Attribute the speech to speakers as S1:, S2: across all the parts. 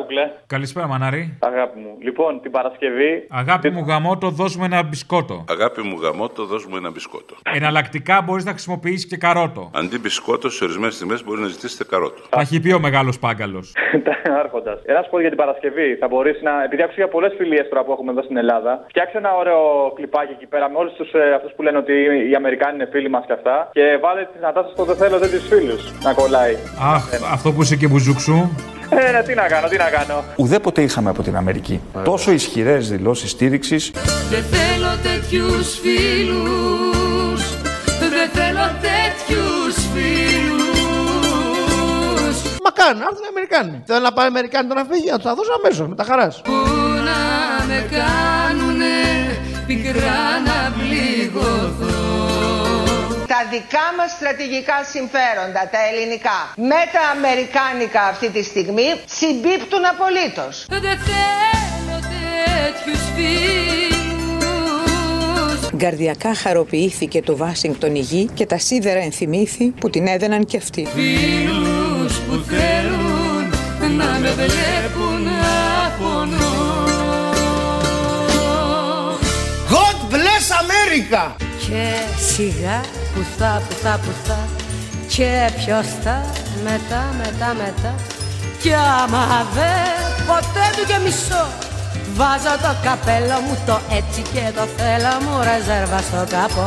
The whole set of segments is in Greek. S1: Ουκλέ.
S2: Καλησπέρα, Μανάρη.
S1: Αγάπη μου. Λοιπόν, την Παρασκευή.
S2: Αγάπη μου γαμότο, δώσουμε ένα μπισκότο.
S3: Αγάπη μου γαμότο, δώσουμε ένα μπισκότο.
S2: Εναλλακτικά μπορείς να χρησιμοποιήσεις και καρότο.
S3: Αντί μπισκότο, σε ορισμένες τιμέ μπορεί να ζητήσετε καρότο.
S2: Τα έχει πει ο μεγάλος πάγκαλος.
S1: Άρχοντας. Ένα σου πω για την Παρασκευή. Θα μπορείς να. Επειδή άκουσα για πολλές φιλίες τώρα που έχουμε εδώ στην Ελλάδα, φτιάξε ένα ωραίο κλιπάκι εκεί πέρα με όλους τους ε, αυτούς που λένε ότι οι Αμερικάνοι είναι φίλοι μας και αυτά. Και βάλε τη Νατάσα στο δεν θέλω τέτοιου φίλους να κολλάει.
S2: Αχ, αυτό που είσαι και μπουζούξου.
S1: Ε, ρε, τι να κάνω, τι να κάνω.
S4: Ουδέποτε είχαμε από την Αμερική τόσο ισχυρές δηλώσεις στήριξης.
S5: Δεν θέλω τέτοιους φίλους Δεν θέλω τέτοιους φίλους
S6: Μα κάνουν, άρθουν οι Αμερικάνοι. Θέλω να πάει Αμερικάνοι τώρα να φύγει, να του τα δώσω αμέσως με τα χαράς.
S5: Που να με κάνουνε πικρά να πληγωθώ
S7: τα δικά μας στρατηγικά συμφέροντα, τα ελληνικά, με τα αμερικάνικα αυτή τη στιγμή συμπίπτουν απολύτως.
S5: Δεν θέλω τέτοιους φίλους
S8: Καρδιακά χαροποιήθηκε το Βάσιγκτον η γη και τα σίδερα ενθυμήθη που την έδαιναν και αυτοί.
S5: Φίλους που θέλουν να με βλέπουν να πονώ
S6: God bless America!
S9: Και σιγά που θα, που θα, που θα Και ποιος θα, μετά, μετά, μετά Κι άμα δε ποτέ του και μισό Βάζω το καπέλο μου το έτσι και το θέλω μου Ρεζέρβα στο κάπο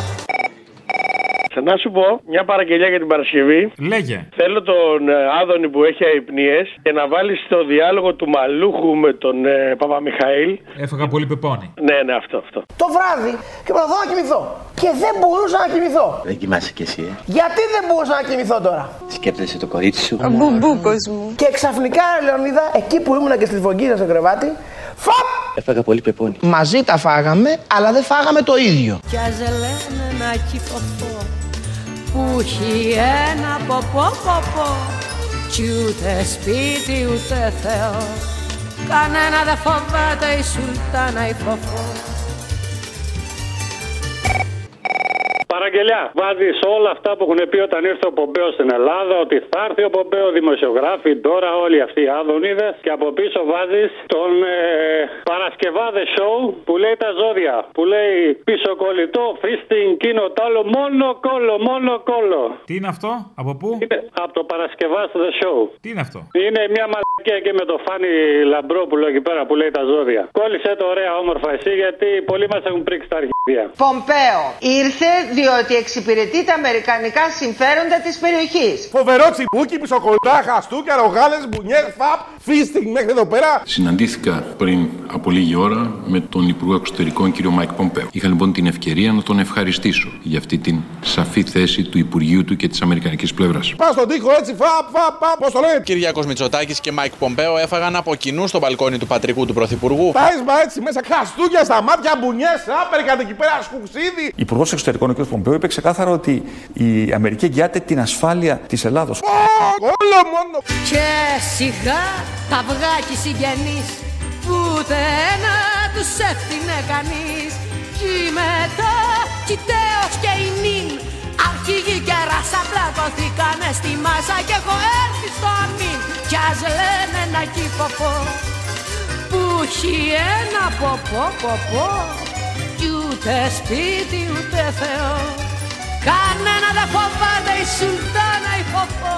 S10: Θα να σου πω μια παραγγελία για την Παρασκευή.
S2: Λέγε.
S10: Θέλω τον ε, Άδωνη που έχει αϊπνίε και να βάλεις στο διάλογο του Μαλούχου με τον ε, Παπαμιχαήλ.
S2: Έφαγα πολύ πεπόνι.
S10: Ναι, ναι, αυτό, αυτό.
S6: Το βράδυ και προσπαθώ να κοιμηθώ. Και δεν μπορούσα να κοιμηθώ.
S11: Δεν κοιμάσαι κι εσύ, ε.
S6: Γιατί δεν μπορούσα να κοιμηθώ τώρα.
S11: Σκέπτεσαι το κορίτσι σου.
S8: Μπουμπούκος μου.
S6: Και ξαφνικά, ρε Λεωνίδα, εκεί που ήμουν και στη φωγκίδα στο κρεβάτι, φαπ!
S11: Έφαγα πολύ πεπόνι.
S6: Μαζί τα φάγαμε, αλλά δεν φάγαμε το ίδιο.
S9: Κι ας λένε να κυφωθώ Που έχει ένα ποπό ποπό Κι ούτε σπίτι ούτε Θεό Κανένα δεν φοβάται η Σουλτάνα η φοφό
S10: Παραγγελιά, βάζεις όλα αυτά που έχουν πει όταν ήρθε ο Πομπέο στην Ελλάδα, ότι θα έρθει ο Πομπέο, δημοσιογράφοι, τώρα όλοι αυτοί οι άδωνιδες. Και από πίσω βάζεις τον ε, Παρασκευάδες Show που λέει τα ζώδια. Που λέει πίσω κολλητό, φρίστιν, κίνο, τ' άλλο, μόνο κόλλο, μόνο κόλλο.
S2: Τι είναι αυτό, από πού,
S10: Είναι από το Παρασκευάδε Show.
S2: τι είναι αυτό.
S10: Είναι μια μαλακία και με το Φάνη Λαμπρόπουλο εκεί πέρα που λέει τα ζώδια. Κόλλησε το ωραία όμορφα εσύ γιατί πολλοί μας έχουν πρίξει τα αρχίδια.
S7: Πομπέο ήρθε διότι εξυπηρετεί τα αμερικανικά συμφέροντα της περιοχής.
S12: Φοβερό τσιμπούκι, πισοκολτά, χαστούκια, ρογάλε, μπουνιές, φαπ, φίστινγκ μέχρι εδώ πέρα.
S13: Συναντήθηκα πριν από λίγη ώρα με τον Υπουργό Εξωτερικών κ. Μάικ Πομπέο. Είχα λοιπόν την ευκαιρία να τον ευχαριστήσω για αυτή την σαφή θέση του Υπουργείου του και της Αμερικανικής πλευράς.
S12: Πας στον τοίχο έτσι, φαπ, φαπ, φαπ, πώς το λέει.
S14: Ε, Κυριάκος Μητσοτάκης και Μάικ Πομπέο έφαγαν από κοινού στο μπαλκόνι του πατρικού του Πρωθυπουργού.
S12: Τάισμα έτσι μέσα, χαστούκια στα μάτια, μπουνιές, άπερ εκεί πέρα, σκουξίδι.
S4: Υπουργός Εξωτερικών ο κ. Πομπέο είπε ξεκάθαρα ότι η Αμερική εγγυάται την ασφάλεια της Ελλάδος.
S12: Ω, Όλο μόνο.
S9: Και σιγά τα αυγά κι οι συγγενείς Που ούτε ένα τους έφτιανε κανείς Κι μετά κοιτέως και η νυν Αρχηγοί και ράσα πλακωθήκανε στη μάσα Κι έχω έρθει στο αμήν Κι ας λένε ένα κύποπο Που έχει ένα ποπό ποπό Κι ούτε σπίτι ούτε Θεό Κανένα δεν φοβάται η Σουλτάνα η φοφό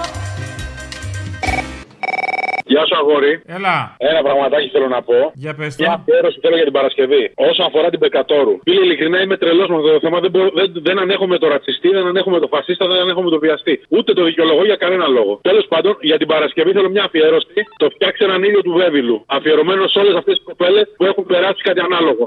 S15: Γεια σου, αγόρι.
S2: Έλα,
S15: Ένα πραγματάκι θέλω να πω.
S2: για πες
S15: Μια
S2: το.
S15: αφιέρωση θέλω για την Παρασκευή. Όσον αφορά την Πεκατόρου. Φίλε, ειλικρινά είμαι τρελός με αυτό το θέμα. Δεν, μπο- δεν, δεν ανέχομαι το ρατσιστή, δεν ανέχομαι το φασίστα, δεν ανέχομαι το βιαστή. Ούτε το δικαιολογώ για κανένα λόγο. Τέλος πάντων, για την Παρασκευή θέλω μια αφιέρωση. Το φτιάξε έναν ήλιο του Βέβυλου. Αφιερωμένο σε όλες αυτές τις κοπέλες που έχουν περάσει κάτι ανάλογο.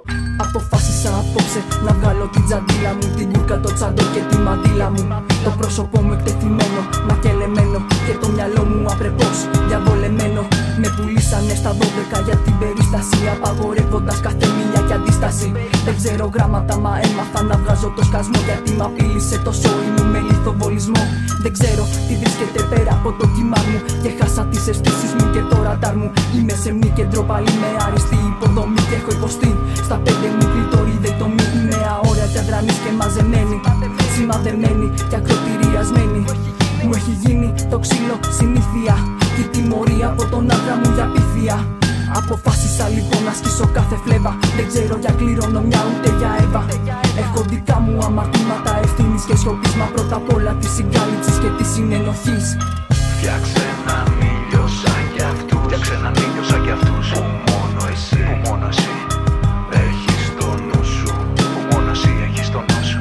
S9: Αποφάσισα απόψε να βγάλω την τζαντίλα μου Την κούρκα, το τσάντο και τη μαντήλα μου Το πρόσωπό μου εκτεθειμένο, μακελεμένο Και το μυαλό μου απρεπώς, διαβολεμένο Με πουλήσανε στα 12 για την περίσταση Απαγορεύοντας κάθε μίλια και αντίσταση Δεν ξέρω γράμματα μα έμαθα να βγάζω το σκασμό Γιατί μ' απειλήσε το σόι μου με λιθοβολισμό Δεν ξέρω τι βρίσκεται πέρα από το κύμα μου Και χάσα τις αισθήσεις μου και το ραντάρ μου Είμαι σε μη κέντρο πάλι με αριστή υποδομή Και έχω υποστεί στα πέντε μου κλειτορίδε το μη Είναι αόρατα δρανής και μαζεμένη Σημαδεμένη και ακροτηριασμένη Μου έχει γίνει το ξύλο συνήθεια Υπάρχει τιμωρία από τον άντρα μου για πυθία. Αποφάσισα λοιπόν να σκίσω κάθε φλέβα. Δεν ξέρω για κληρονομιά ούτε για έβα. Έχω δικά μου αμαρτήματα ευθύνης και σιωπής. Μα πρώτα απ' όλα της συγκάλυψης και της συνενοχής.
S16: Φτιάξε έναν ήλιο σαν κι αυτούς Φτιάξε έναν ήλιο σαν κι αυτούς Που μόνο εσύ Που μόνο εσύ Έχεις το νου σου Που μόνο εσύ έχεις το νου σου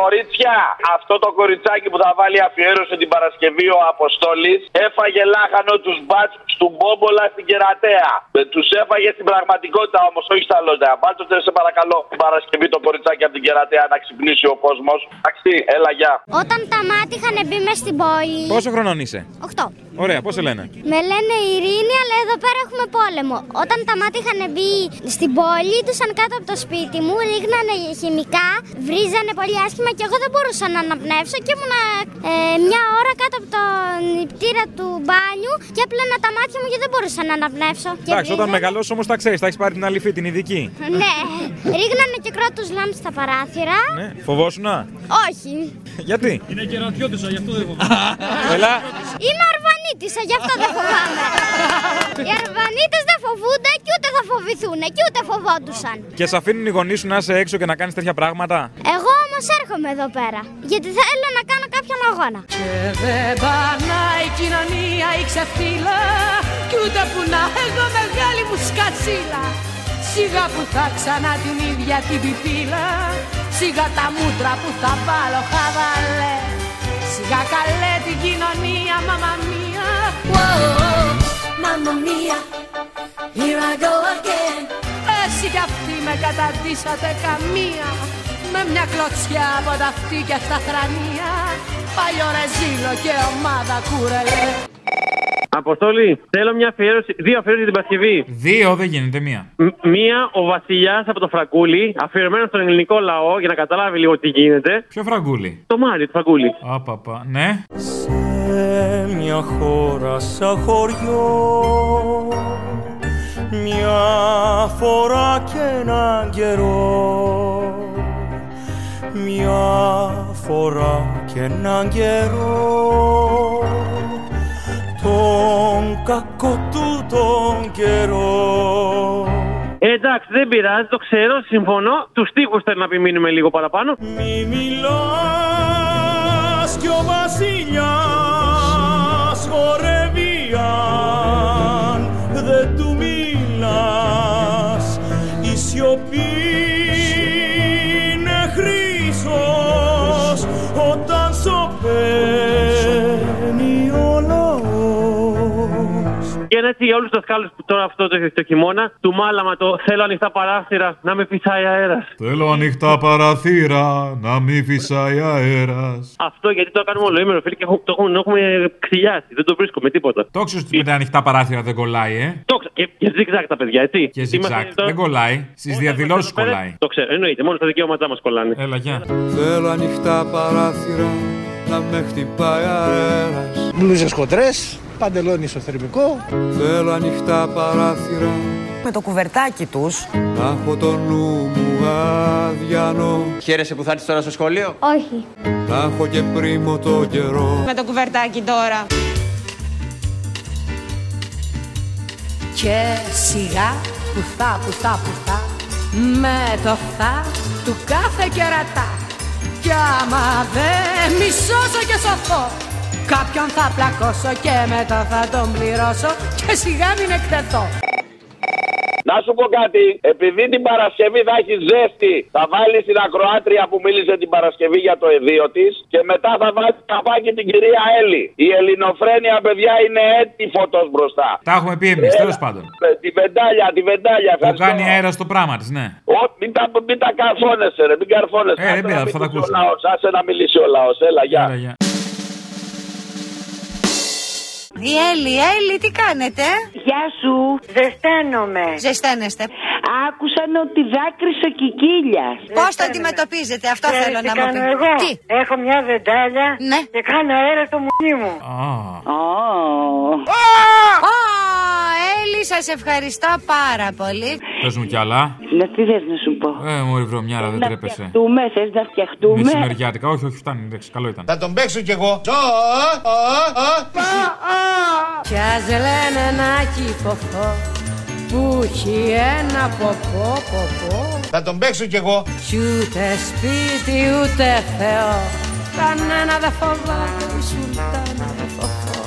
S17: Κορίτσια, αυτό το κοριτσάκι που θα βάλει αφιέρωση την Παρασκευή ο Αποστόλης έφαγε λάχανο τους μπάτ του Μπόμπολα στην Κερατέα. Τους έφαγε στην πραγματικότητα όμως, όχι στα λόγια. Μπάτσοτε, σε παρακαλώ, την Παρασκευή το κοριτσάκι από την Κερατέα να ξυπνήσει ο κόσμος. Αξί, έλα, γεια.
S18: Όταν τα μάτια είχαν μπει μες στην πόλη.
S2: Πόσο χρονών είσαι.
S18: 8.
S2: Ωραία, πώς σε λένε.
S18: Με λένε Ειρήνη, αλλά εδώ πέρα έχουμε πόλεμο. Όταν τα μάτια είχαν μπει στην πόλη, τους αν κάτω από το σπίτι μου, ρίχνανε χημικά, βρίζανε πολύ άσχημα και εγώ δεν μπορούσα να αναπνεύσω και ήμουν ε, μια ώρα κάτω από τον νηπτήρα του μπάνιου και έπλανα τα μάτια μου και δεν μπορούσα να αναπνεύσω. Και
S2: Εντάξει, όταν
S18: βρίζανε-
S2: μεγαλώσεις όμως τα ξέρεις, θα έχεις πάρει την αλήφη, την ειδική.
S18: Ναι, ρίχνανε και κρότους λάμπη στα παράθυρα.
S2: Ναι, Φοβόσουνα.
S18: Όχι.
S2: Γιατί.
S19: Είναι κερατιώτησα, γι' αυτό δεν
S2: Έλα.
S18: Είμαι αρβανίτησα, γι' αυτό δεν φοβάμαι. Οι αρβανίτες δεν φοβούνται και ούτε θα φοβηθούν και ούτε φοβόντουσαν.
S2: Και σε αφήνουν οι γονείς σου να είσαι έξω και να κάνεις τέτοια πράγματα.
S18: Εγώ όμως έρχομαι εδώ πέρα, γιατί θέλω να κάνω κάποιον αγώνα.
S5: Δεν πανάει η κοινωνία η ξεφτύλα Κι ούτε που να έχω μεγάλη μου σκατσίλα Σιγά που θα ξανά την ίδια την πιπίλα Σιγά τα μούτρα που θα βάλω χαβαλέ Σιγά καλέ την κοινωνία μαμά μία Μαμά μία Here I go again Εσύ κι αυτοί με καταντήσατε καμία Με μια κλωτσιά από τα αυτή και στα χρανία Παλιό ρεζίλο και ομάδα κουρελέ
S19: Αποστόλη, θέλω μια αφιέρωση, δύο αφιέρωση την Παρασκευή.
S2: Δύο, δεν γίνεται μία.
S19: Μ- μία ο Βασιλιάς από το Φραγκούλι, αφιερωμένο στον ελληνικό λαό για να καταλάβει λίγο τι γίνεται.
S2: Ποιο Φραγκούλι.
S19: Το Μάρι, το Φραγκούλι.
S2: Απαπα, ναι.
S20: Σε μια χώρα σαν χωριό Μια φορά και έναν καιρό Μια φορά και έναν καιρό Τον κακό του τον καιρό
S19: Ε, εντάξει, δεν πειράζει, το ξέρω, συμφωνώ. Τους τείχου θέλω να επιμείνουμε λίγο παραπάνω.
S20: Μη μιλάς κι ο βασιλιάς χορεύει αν δεν του μιλάς η σιωπή είναι χρυσός όταν σωπαίνει ο λαός
S19: Και ένα έτσι για όλους τους δασκάλους που τώρα αυτό το, το χειμώνα, του μάλαμα το θέλω ανοιχτά παράθυρα να με φυσάει αέρας.
S2: Θέλω ανοιχτά παραθύρα να μην φυσάει αέρας.
S19: Αυτό γιατί το κάνουμε όλο ημέρο, φίλε, και έχω- το έχουμε, το έχουμε ξυλιάσει. Δεν το βρίσκω με τίποτα.
S2: Το ξέρω ότι με τα ανοιχτά παράθυρα δεν κολλάει, ε.
S19: Το ξέρω. Και, και zigzag τα παιδιά, έτσι.
S2: Και
S19: Είμαστε
S2: ζιγζάκ.
S19: εδώ-
S2: Δεν κολλάει. Στις διαδηλώσει
S19: Πέρα-
S2: κολλάει.
S19: Το ξέρω, εννοείται. Μόνο στα δικαιώματά μας κολλάνε.
S2: Έλα, γεια.
S21: Θέλω ανοιχτά παράθυρα να με χτυπάει αέρας
S22: Μπλούζες χοντρές, παντελόνι ισοθερμικό.
S21: Θέλω ανοιχτά παράθυρα
S23: Με το κουβερτάκι τους.
S21: να έχω το νου μου άδιανο Χαίρεσαι που θα έρθεις τώρα στο σχολείο
S18: Όχι.
S21: Να έχω και πρίμο το καιρό
S23: Με το κουβερτάκι τώρα.
S5: Και σιγά που θα, που θα, που θα Με το θα του κάθε κερατά Κι άμα δεν μισώσω και σωθώ Κάποιον θα πλακώσω και μετά θα τον πληρώσω Και σιγά μην εκτεθώ
S17: Να σου πω κάτι, επειδή την Παρασκευή θα έχεις ζέστη, θα βάλεις την ακροάτρια που μίλησε την Παρασκευή για το εδίο της και μετά θα βάλει καπάκι την κυρία Έλλη. Η ελληνοφρένεια, παιδιά, είναι έτη φωτός μπροστά.
S2: Τα έχουμε πει εμείς, τέλος πάντων.
S17: Ε, Τη βεντάλια, τη βεντάλια.
S2: Που
S17: ευχαριστώ.
S2: κάνει αέρας στο πράγμα της, ναι.
S17: Ω, μην, τα, μην τα καρφώνεσαι, ρε, μην καρφώνεσαι.
S2: Ε, δεν
S17: Άσε να
S2: πειράζει, θα τα
S17: μιλήσει ο
S2: ακούσουμε.
S17: λαός, Άσε να μιλήσει ο λαός. Έλα, γεια.
S23: Η Έλλη, Έλλη, τι κάνετε. Γεια σου. Ζεσταίνομαι. Ζεσταίνεστε. Άκουσαν ότι δάκρυσε ο Κικίλιας. Πώς το αντιμετωπίζετε, αυτό
S24: Ξέρεις
S23: θέλω
S24: τι
S23: να μου
S24: κάνω
S23: πείτε.
S24: εγώ?
S23: Τι. Ε, Ναι.
S24: Έχω μια βεντάλια και κάνω αέρα στο μουνί μου.
S23: Ω, Έλλη, σας ευχαριστώ πάρα πολύ.
S2: Πες μου κι άλλα.
S23: Να Ναι, τι θες να σου πω.
S2: Ε, μωρή βρωμιάρα, δεν τρέπεσαι.
S23: Τούμε, θες να φτιαχτούμε.
S2: Μεσημεριάτικα, όχι, όχι, φτάνει, εντάξει, καλό ήταν.
S23: τον παίξω κι εγώ.
S20: Α, α, α, α.
S5: Μας λένε ένα κυποφό που έχει ένα ποπό ποπό
S1: Θα τον παίξω κι εγώ.
S5: Κι ούτε σπίτι ούτε Θεό Κανένα δεν φοβάται τη σουλτάνα δεν φοβώ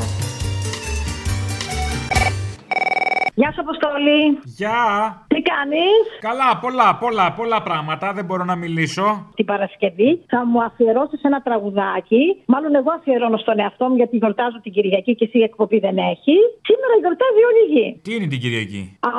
S3: Γεια σου, Αποστολή.
S8: Γεια!
S3: Τι κάνει,
S8: Καλά, πολλά, πολλά, πολλά πράγματα. Δεν μπορώ να μιλήσω.
S3: Την Παρασκευή θα μου αφιερώσεις ένα τραγουδάκι. Μάλλον εγώ αφιερώνω στον εαυτό μου γιατί γιορτάζω την Κυριακή και εσύ η εκπομπή δεν έχει. Σήμερα γιορτάζει όλη η γη.
S8: Τι είναι την Κυριακή.
S3: Α,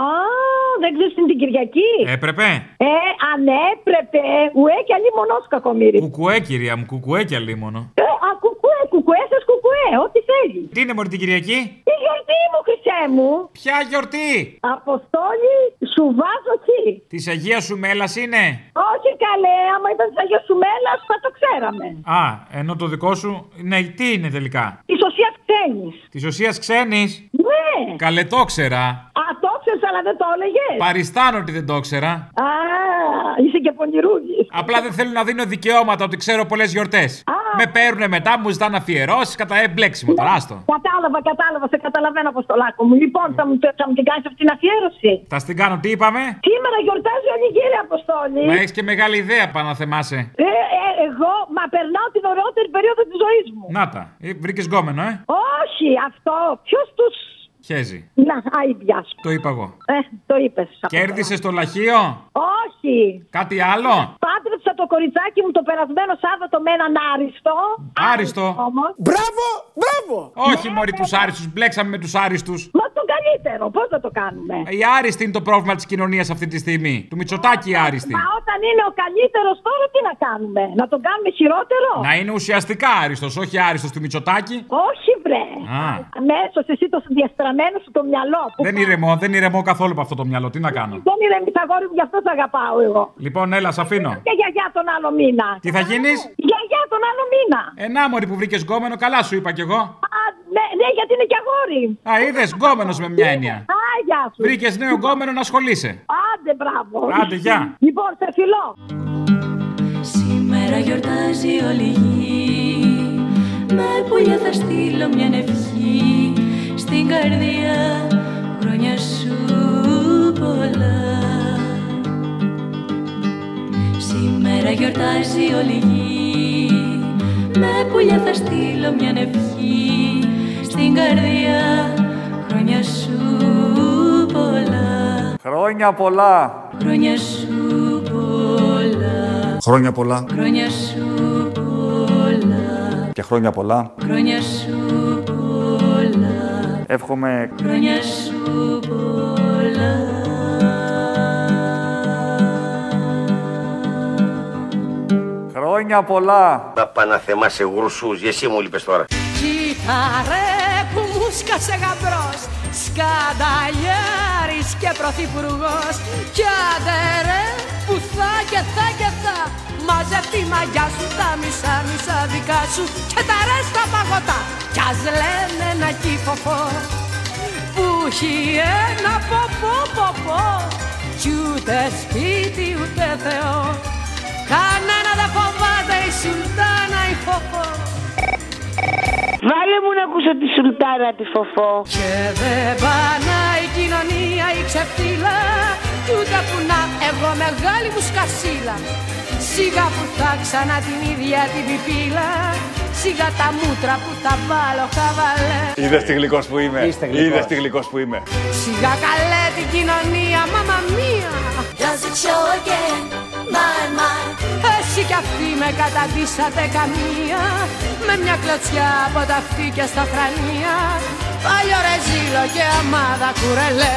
S3: δεν ξέρει την Κυριακή.
S8: Έπρεπε.
S3: Ε, αν έπρεπε. Ουέ και αλλή μονό κακομίρι.
S8: Κουκουέ, κυρία μου, κουκουέ και αλίμονο.
S3: Ε, α, κουκουέ, κουκουέ, σα κουκουέ, ό,τι θέλεις.
S8: Τι είναι μωρή την Κυριακή.
S3: Η γιορτή μου, χρυσέ μου.
S8: Ποια γιορτή.
S3: Αποστόλη, σου βάζω χι.
S8: Της Αγίας σου μέλας είναι.
S3: Όχι καλέ, άμα ήταν σαν γιο σου μέλας, θα το ξέραμε.
S8: Α, ενώ το δικό σου. Ναι, τι είναι τελικά.
S3: Η σωσία ξένης.
S8: Της ουσία ξένης.
S3: Ναι.
S8: Καλέ το ξέρα.
S3: Α, το ξέρεις, αλλά δεν το έλεγες.
S23: Ε.
S8: Παριστάνω ότι δεν το ξέρα.
S3: Α, είσαι και πονηρούγης.
S8: Απλά δεν θέλω να δίνω δικαιώματα ότι ξέρω πολλές γιορτές. Με παίρνουνε μετά, μου ζητάνε αφιερώσεις κατά εμπλέξιμο τώρα. Άστο.
S3: Κατάλαβα, κατάλαβα, σε καταλαβαίνω από στο λάκκο μου. Λοιπόν, θα μου, θα μου την κάνεις αυτή την αφιέρωση.
S8: Θα στην κάνω, τι είπαμε.
S3: Σήμερα γιορτάζει όλη η γύρια Αποστόλη.
S8: Μα έχεις και μεγάλη ιδέα, πάνω να θεμάσαι.
S3: Ε, ε, εγώ, μα περνάω την ωραιότερη περίοδο της ζωής μου.
S8: Να τα. Βρήκες γκόμενο, ε.
S3: Όχι, αυτό. Ποιος τους.
S8: Χέζει.
S3: Να, αηδιά σου.
S8: Το είπα εγώ.
S3: Ε, το είπες.
S8: Κέρδισες το λαχείο.
S3: Όχι.
S8: Κάτι άλλο.
S3: Πάτρεψα το κοριτσάκι μου το περασμένο Σάββατο με έναν άριστο.
S8: Άριστο.
S3: Όμως. Μπράβο, μπράβο.
S8: Όχι, Μωρή, του άριστους. Μπλέξαμε με τους άριστους.
S3: Μα τον καλύτερο, πώς θα το κάνουμε.
S8: Η άριστη είναι το πρόβλημα της κοινωνίας αυτή τη στιγμή. Του Μητσοτάκη η άριστη.
S3: Μα όταν είναι ο καλύτερος τώρα, τι να κάνουμε. Να τον κάνουμε χειρότερο.
S8: Να είναι ουσιαστικά άριστος, όχι άριστος του Μητσοτάκη.
S3: Όχι, βρε.
S8: Α.
S3: Αμέσως εσύ το διαστραμμένο σου το μυαλό. Που
S8: Δεν ηρεμώ, δεν ηρεμώ καθόλου από αυτό το μυαλό. Τι να κάνω.
S3: δεν ηρεμεί, τα αγόρι μου, γι' αυτό σε αγαπάω εγώ.
S8: Λοιπόν, έλα, σ' αφήνω.
S3: Και γιαγιά τον άλλο μήνα.
S8: Τι θα γίνεις?
S3: Γιαγιά τον άλλο μήνα.
S8: Ενά, Μωρή, που βρήκες γκόμενο, καλά σου είπα κι εγώ.
S3: Α, ναι, ναι, γιατί είναι και αγόρι.
S8: Α, είδες γκόμενος με μια έννοια.
S3: Α, γεια σου.
S8: Βρήκες νέο γκόμενο να ασχολείσαι.
S3: Άντε, μπράβο.
S8: Άντε, γεια.
S3: Λοιπόν, σε φιλώ.
S11: Σήμερα γιορτάζει όλη η γη Με πουλιά θα στείλω μια ευχή Στην καρδιά χρόνια σου πολλά Σήμερα γιορτάζει όλη η γη Με πουλιά θα στείλω μια ευχή Στην καρδιά χρόνια σου πολλά
S4: Χρόνια πολλά.
S11: Χρόνια σου πολλά
S4: Χρόνια πολλά.
S11: Χρόνια σου πολλά
S4: Και χρόνια πολλά.
S11: Χρόνια σου πολλά
S4: Εύχομαι
S11: Χρόνια σου πολλά.
S4: Χρόνια πολλά.
S25: Να πάνε θεμά σε γρουσούς, εσύ μου λείπες τώρα.
S5: Κοίτα ρε που μου σκάσε γαμπρός Σκανταλιάρης και πρωθυπουργός Κι άντε ρε που θα και θα και θα Μαζευτεί η μαγιά σου τα μισά μισά δικά σου Και τα ρε στα παγωτά Κι ας λένε ένα κύποφο Που έχει ένα ποπό ποπό Κι ούτε σπίτι ούτε θεό Κανένα δεν φοβάται η σουλτάνα η φοφό
S24: Βάλε μου να ακούσω τη σουλτάνα τη φοφό.
S5: Και δεν πάνε η κοινωνία η ξεφτύλα Κι ούτε που να εγώ μεγάλη μου σκασίλα Σιγά που θα ξανά την ίδια την πιπίλα Σιγά τα μούτρα που τα βάλω χαβαλέ
S4: Είδες τι γλυκός που είμαι.
S5: Είστε γλυκός.
S4: Είδες τι γλυκός που είμαι.
S5: Σιγά καλέ την κοινωνία μάμα μία Does it show again my mind Εσύ κι αυτή με καταντήσατε καμία Με μια κλωτσιά από τα αυτή και στα φρανία Παλιό ρε ζήλο και αμάδα κουρελέ